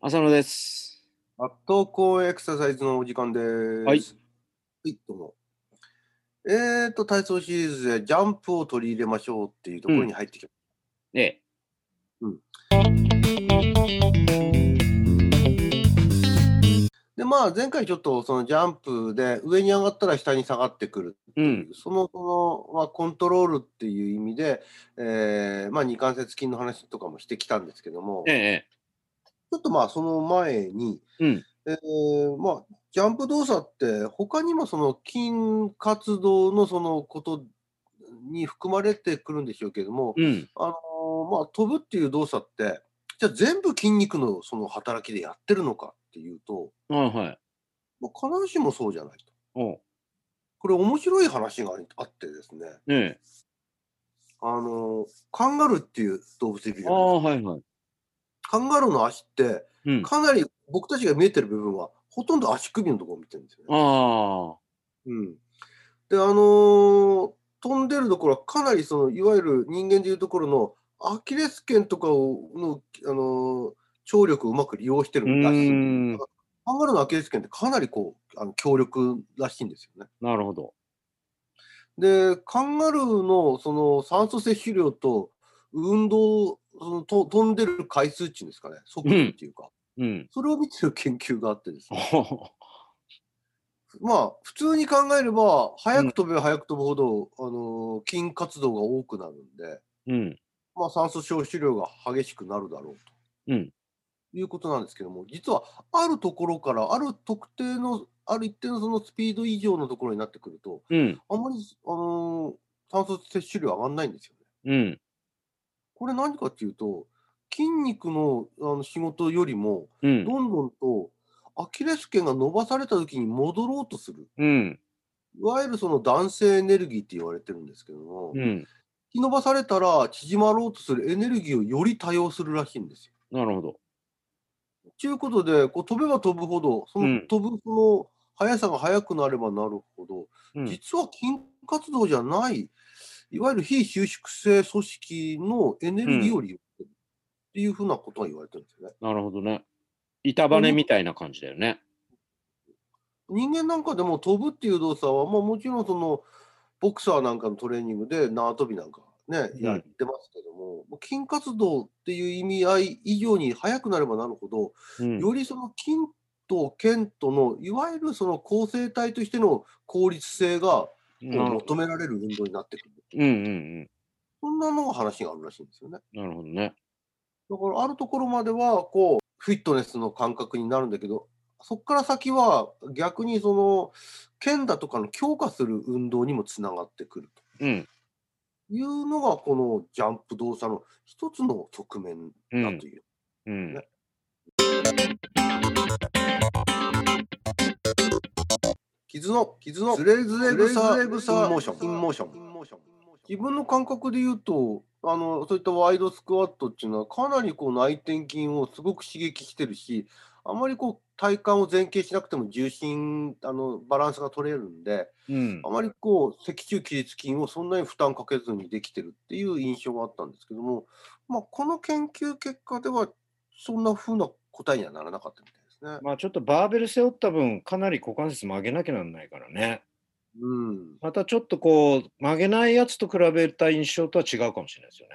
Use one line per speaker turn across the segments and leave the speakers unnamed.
浅野です。
アットコエクササイズのお時間です。
は
は
い
い。どうも。えーと、体操シリーズでジャンプを取り入れましょうっていうところに入ってきま
え
す。で、まあ、前回ちょっとそのジャンプで上に上がったら下に下がってくる。
え、うん、
そもそもはコントロールっていう意味で、えーまあ、二関節筋の話とかもしてきたんですけども、
ええ、
ちょっとまあ、その前に、
うん
えーまあ、ジャンプ動作って、他にもその筋活動のそのことに含まれてくるんでしょうけども、
うん、
あのーまあ、飛ぶっていう動作って、じゃあ全部筋肉のその働きでやってるのかっていうと、
はいはい。
まあ、必ずしもそうじゃないと。
おう
これ面白い話があってですね、
え
あのーカンガルーっていう動物いる
え、
じゃない
あ
で
あ、はいはい。
すか。カンガルーの足って、
うん、あ
かなり僕たちが見えてる部分は、ほとんど足首のところを見てるんですよね。
あ、
うん、であのー飛んでるところはかなりそのいわゆる人間でいうところのアキレス腱とかをの、あのー張力をうまく利用して
う
るらしい
ーん、
カンガルーのアキレス腱ってかなりこうあの強力らしいんですよね。
なるほど。
でカンガルーのその酸素摂取量と運動そのと飛んでる回数値ですかね速度っていうか、
うん、
それを見てる研究があってですね
おほほ
まあ普通に考えれば早く飛べば早く飛ぶほど、あのー筋活動が多くなるんで、
うん、
まあ、酸素消費量が激しくなるだろうと、
うん
いうことなんですけども実はあるところからある特定のある一定のそのスピード以上のところになってくると
うん、
あんまり、あのー酸素摂取量上がんないんですよね。
うん、
これ何かっていうと筋肉のあの仕事よりも
うん、
どんどんとアキレス腱が伸ばされた時に戻ろうとする
うん、
いわゆるその男性エネルギーって言われてるんですけども、
うん、
引き伸ばされたら縮まろうとするエネルギーをより多用するらしいんですよ。
なるほど。
ということで、こう飛べば飛ぶほど、そ
うん
の飛ぶその速さが速くなればなるほど、
うん、
実は筋活動じゃない、いわゆる非収縮性組織のエネルギーを利用してるっていうふうなことが言われてるんですよね。
なるほどね。板バネみたいな感じだよね。
人間なんかでも飛ぶっていう動作は、まあ、もちろんそのボクサーなんかのトレーニングで縄跳びなんかね、
うん
やってますけども、もう筋活動っていう意味合い以上に速くなればなるほど、
うん、
よりその筋と腱とのいわゆるその構成体としての効率性が
なるほど。
求められる運動になってくる。
うん、うん、うん、
そんなのが話があるらしいんですよね。
なるほどね。
だからあるところまではこうフィットネスの感覚になるんだけどそこから先は逆にその剣だとかの強化する運動にもつながってくると
うん、
いうのがこのジャンプ動作の一つの側面
う
だ
ん
と、いう。
うん。
傷の傷のズレズレ草インモーションインモーション自分の感覚で言うとあのそういったワイドスクワットっていうのはかなりこう内転筋をすごく刺激してるしあまりこう体幹を前傾しなくても重心あのバランスが取れるんで
うん
あ、まりこう脊柱起立筋をそんなに負担かけずにできてるっていう印象があったんですけども、まあ、この研究結果ではそんな風な答えにはならなかったみたいですね。
まあちょっとバーベル背負った分、かなり股関節曲げなきゃなんないからね。
うん
またちょっとこう曲げないやつと比べた印象とは違うかもしれないですよ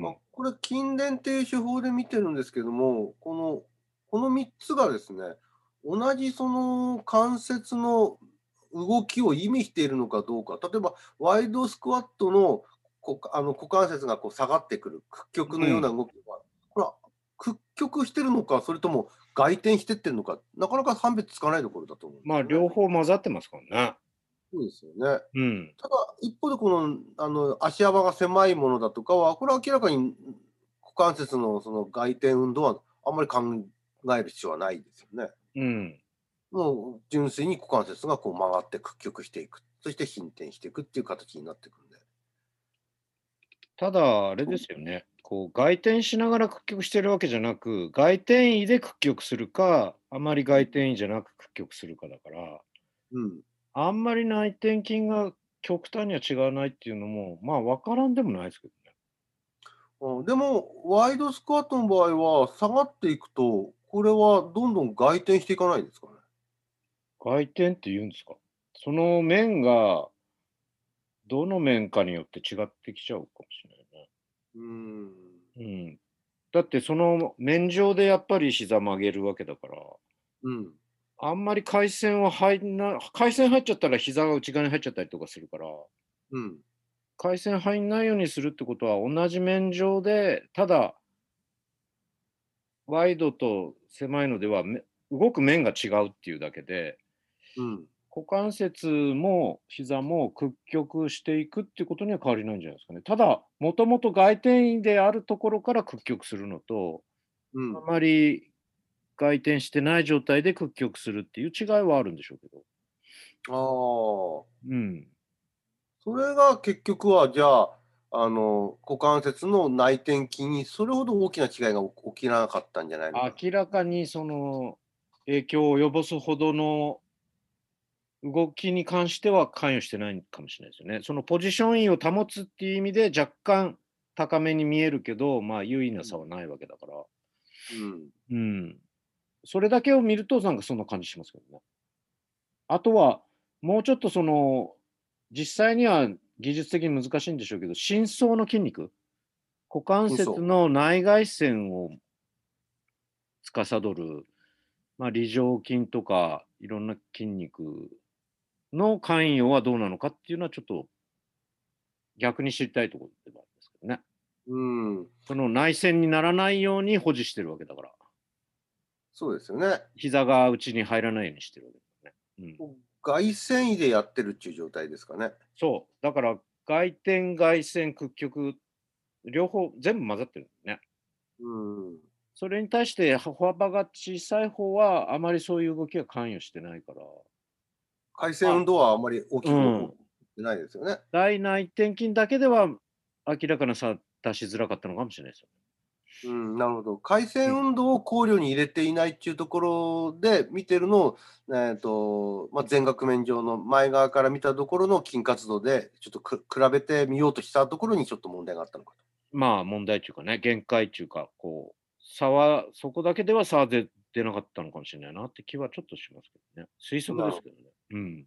まあ
ね。、
これ筋電っていう手法で見てるんですけどもこのこの3つがですね同じその関節の動きを意味しているのかどうか例えばワイドスクワットのこあの股関節がこう下がってくる屈曲のような動きは、これは屈曲してるのかそれとも外転してってるのかなかなか判別つかないところだと思うんです
まあ
よね
両方混ざってますからね。
そうですよね。
うん。
ただ一方でこのあの足幅が狭いものだとかはこれは明らかに股関節のその外転運動はあんまり考える必要はないですよね。
うん。
もう純粋に股関節がこう曲がって屈曲していくそして伸展していくっていう形になっていくんで。
ただあれですよね。こう外転しながら屈曲してるわけじゃなく、外転位で屈曲するか、あまり外転位じゃなく屈曲するかだから、
うん、
あんまり内転筋が極端には違わないっていうのも、まあ分からんでもないですけどね。
うんでも、ワイドスクワットの場合は、下がっていくと、これはどんどん外転していかないですかね。
外転って言うんですかその面が、どの面かによって違ってきちゃうかもしれないね。
うん。
うん、だってその面上でやっぱり膝曲げるわけだから
うん。
あんまり回線は入んな回線入っちゃったら膝が内側に入っちゃったりとかするから
うん。
回線入んないようにするってことは同じ面上でただワイドと狭いのではめ動く面が違うっていうだけで
うん。
股関節も膝も屈曲していくっていうことには変わりないんじゃないですかねただもともと外転位であるところから屈曲するのと
うん
あ。まり回転してない状態で屈曲するっていう違いはあるんでしょうけ
あ
ど。
あ。
うん。
それが結局は、じゃあ、あの、股関節の内転筋にそれほど大きな違いが起起きなかったんじゃないのかな。
明らかにその影響を及ぼすほどの動きに関しては関与してないかもしれないですよね。そのポジション位を保つっていう意味で若干高めに見えるけど、まあ優位な差はないわけだから。
うん。
うん。それだけを見ると、なんかそんな感じしますけどね。あとは、もうちょっとその、実際には技術的に難しいんでしょうけど、深層の筋肉、股関節
深層
の内外線を司る、まあ、梨状筋とか、いろんな筋肉の関与はどうなのかっていうのは、ちょっと逆に知りたいところでもあるんですけどね。
うん。
その内線にならないように保持してるわけだから。
そうですよね。
膝が内に入らないようにしてるわけだよね。うん、
外線位でやってるっていう状態ですかね。
そう。だから外転、外旋、屈曲、両方全部混ざってるんだよね。
うん。
それに対して歩幅が小さい方はあまりそういう動きが関与してないから。
回線運動はあんまり大きく
うん
してないですよね。
大内転筋だけでは明らかな差出しづらかったのかもしれないですよ。
うん、なるほど。回線運動を考慮に入れていないっていうところで見てるのを、えーとまあ、全額面上の前側から見たところの筋活動でちょっとく比べてみようとしたところにちょっと問題があったのかと。
まあ問題というかね、限界というか、こう、差は、そこだけでは差は出出なかったのかもしれないなって気はちょっとしますけどね。推測ですけどね。うん。
い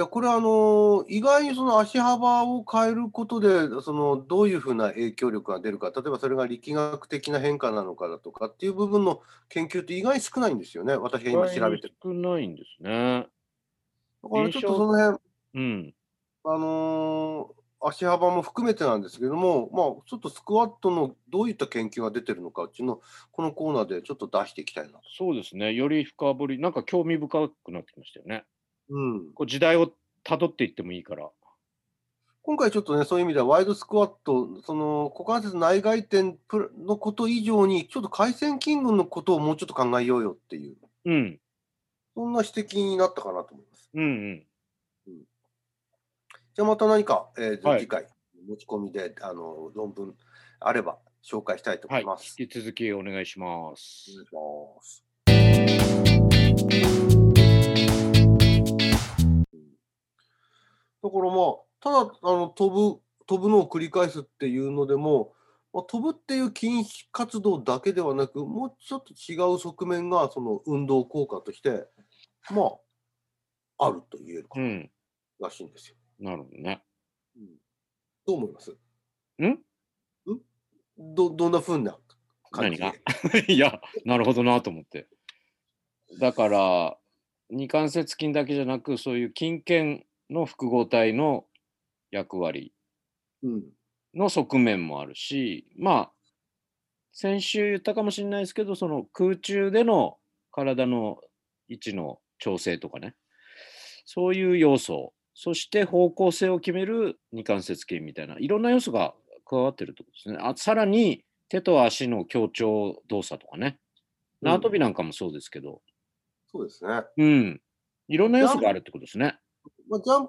やこれはあの意外にその足幅を変えることでそのどういうふうな影響力が出るか例えばそれが力学的な変化なのかだとかっていう部分の研究って意外に少ないんですよね私が今調べてる。
少ないんですね。
だからちょっとその辺
うん。
あのー足幅も含めてなんですけども、まあ、ちょっとスクワットのどういった研究が出てるのかっていうのを、このコーナーでちょっと出していきたいなと。
そうですね。より深掘り、なんか興味深くなってきましたよね。
うん、
こう時代をたどっていってもいいから。
今回ちょっとね、そういう意味では、ワイドスクワット、その股関節内外転プロのこと以上に、ちょっと回線筋群のことをもうちょっと考えようよっていう、
うん。
そんな指摘になったかなと思います。
うんうん。
じゃあまた何か、えー
はい
次回、持ち込みであの論文あれば紹介したいと思
はいい
ま。す。
引き続きお願いします。
お願いします。だからまあ、ただあの飛ぶ、飛ぶのを繰り返すっていうのでも、まあ、飛ぶっていう筋活動だけではなく、もうちょっと違う側面が、その運動効果として、まあ、あると言えるか
うん。
らしいんですよ。
なるほどね。
うんどう思います
ん
ど、どんなふうな感じで
何いや、なるほどなと思って。だから、二関節筋だけじゃなく、そういう筋腱の複合体の役割
うん。
の側面もあるし、まあ、先週言ったかもしれないですけど、その空中での体の位置の調整とかね、そういう要素、そして方向性を決める二関節筋みたいな、いろんな要素が加わってるってことですね。あさらに、手と足の協調動作とかね、縄跳びなんかもそうですけど、
そうですね。
うん、いろんな要素があるってことですね。
まあ、ジャン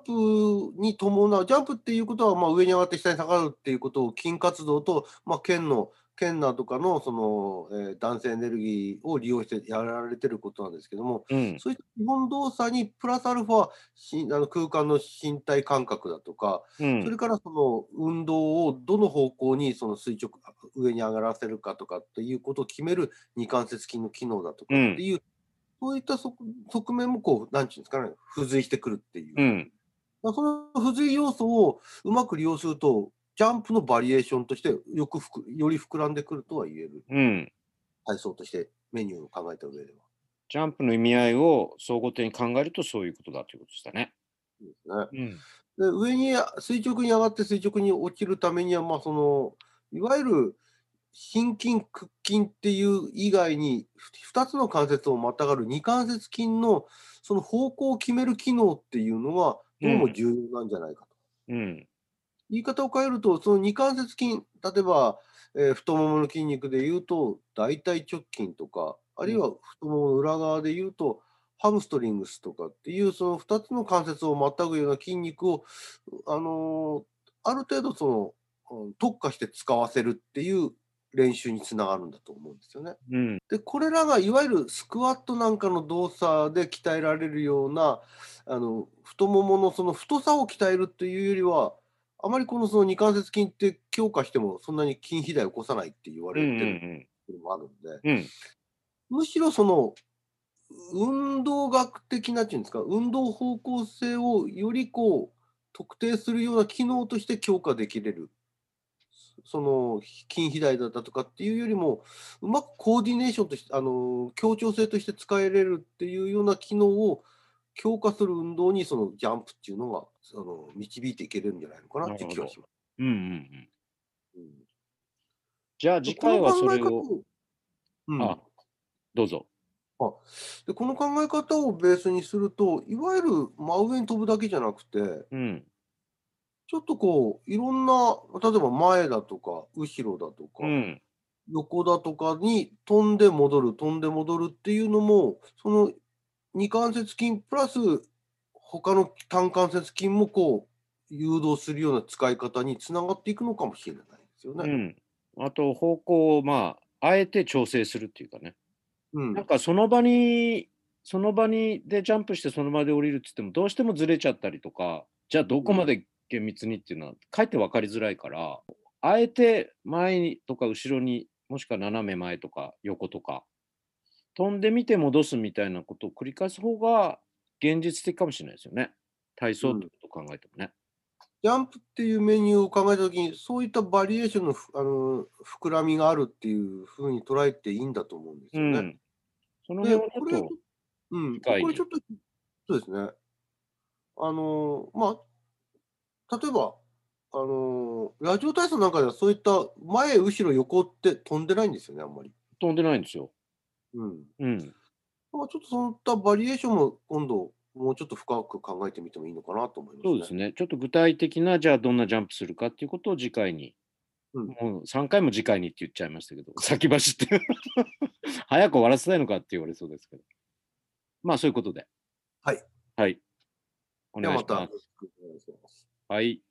プに伴う、ジャンプっていうことは、まあ、上に上がって下に下がるっていうことを筋活動と、まあ、腱のケンナーとかのその、えー男性エネルギーを利用してやられてることなんですけども、
うん。
そういった基本動作にプラスアルファしあの空間の身体感覚だとか、
う
それ
ん。
からその運動をどの方向にその垂直上に上がらせるかとかっていうことを決める二関節筋の機能だとかっていう、そういった側側面もこうなんていうんですかね付随してくるっていう、
う
だか
ん。
らその付随要素をうまく利用するとジャンプのバリエーションとしてよくふくより膨らんでくるとは言える
うん。
体操としてメニューを考えた上では。
ジャンプの意味合いを総合的に考えるとそういうことだということでしたね。
そうですね
うん。
で上にあ垂直に上がって垂直に落ちるためには、まあ、そのいわゆる心筋屈筋っていう以外に2つの関節をまたがる二関節筋のその方向を決める機能っていうのはどうも重要なんじゃないかと。
うん。
言い方を変えるとその二関節筋例えば、えー太ももの筋肉でいうと大腿直筋とかあるいは太ももの裏側でいうとハムストリングスとかっていうその2つの関節をまたぐような筋肉を、あのーある程度その、うん特化して使わせるっていう練習につながるんだと思うんですよね。
うん。
でこれらがいわゆるスクワットなんかの動作で鍛えられるようなあの太もものその太さを鍛えるというよりはあまりこのその二関節筋って強化してもそんなに筋肥大を起こさないって言わ
うん。う
れてる
ん。
ところもあるんで、
うん。
むしろその運動学的なっていうんですか運動方向性をよりこう特定するような機能として強化できれるその筋肥大だったとかっていうよりもうまくコーディネーションとしてあの協調性として使えれるっていうような機能を強化する運動にそのジャンプっていうのがその導いていけるんじゃないのかなっていう気がします。
うん。うん。
うん
じゃあ次回はそれ
この
を
考え方。うん、
あ、どうぞ。
でこの考え方をベースにするといわゆる真上に飛ぶだけじゃなくて
うん。
ちょっとこういろんな例えば前だとか後ろだとか、
うん。
横だとかに飛んで戻る飛んで戻るっていうのもその二関節筋プラス他の単関節筋もこう誘導するような使い方につながっていくのかもしれないですよ
う
ね。
ん。あと方向をまあ、あえて調整するっていうかね。
うん
なんかその場に、その場にでジャンプしてその場で降りるって言っても、どうしてもずれちゃったりとか、じゃあどこまで厳密にっていうのは、かえって分かりづらいから、あえて前にとか後ろに、もしくは斜め前とか横とか、飛んでみて戻すみたいなことを繰り返す方が現実的かもしれないですよね。体操ってことを考えてもね。
ジャンプっていうメニューを考えたときに、そういったバリエーションのふあの膨らみがあるっていうふうに捉えていいんだと思うんです
う
よ
ん。
ね。
その
で、
辺はち
これ、
ょっと、
うん、こ
回に
れちょっと、そうですね。あの、まあ、例えば、あの、ラジオ体操なんかではそういった前、後ろ、横って飛んでないんですよね、あんまり。
飛んでないんですよ。
うん。
うん。
まあ、ちょっとそういったバリエーションも今度、もうちょっと深く考えてみてもいいのかなと思いますね。
そうですね。ちょっと具体的な、じゃあどんなジャンプするかっていうことを次回に、
うん
もう3回も次回にって言っちゃいましたけど、 先走って、早く終わらせたいのかって言われそうですけど。まあそういうことで。
はい。
はい。お
で
願
はいま、
したま
よ
す。
ろしくお願いします。
はい。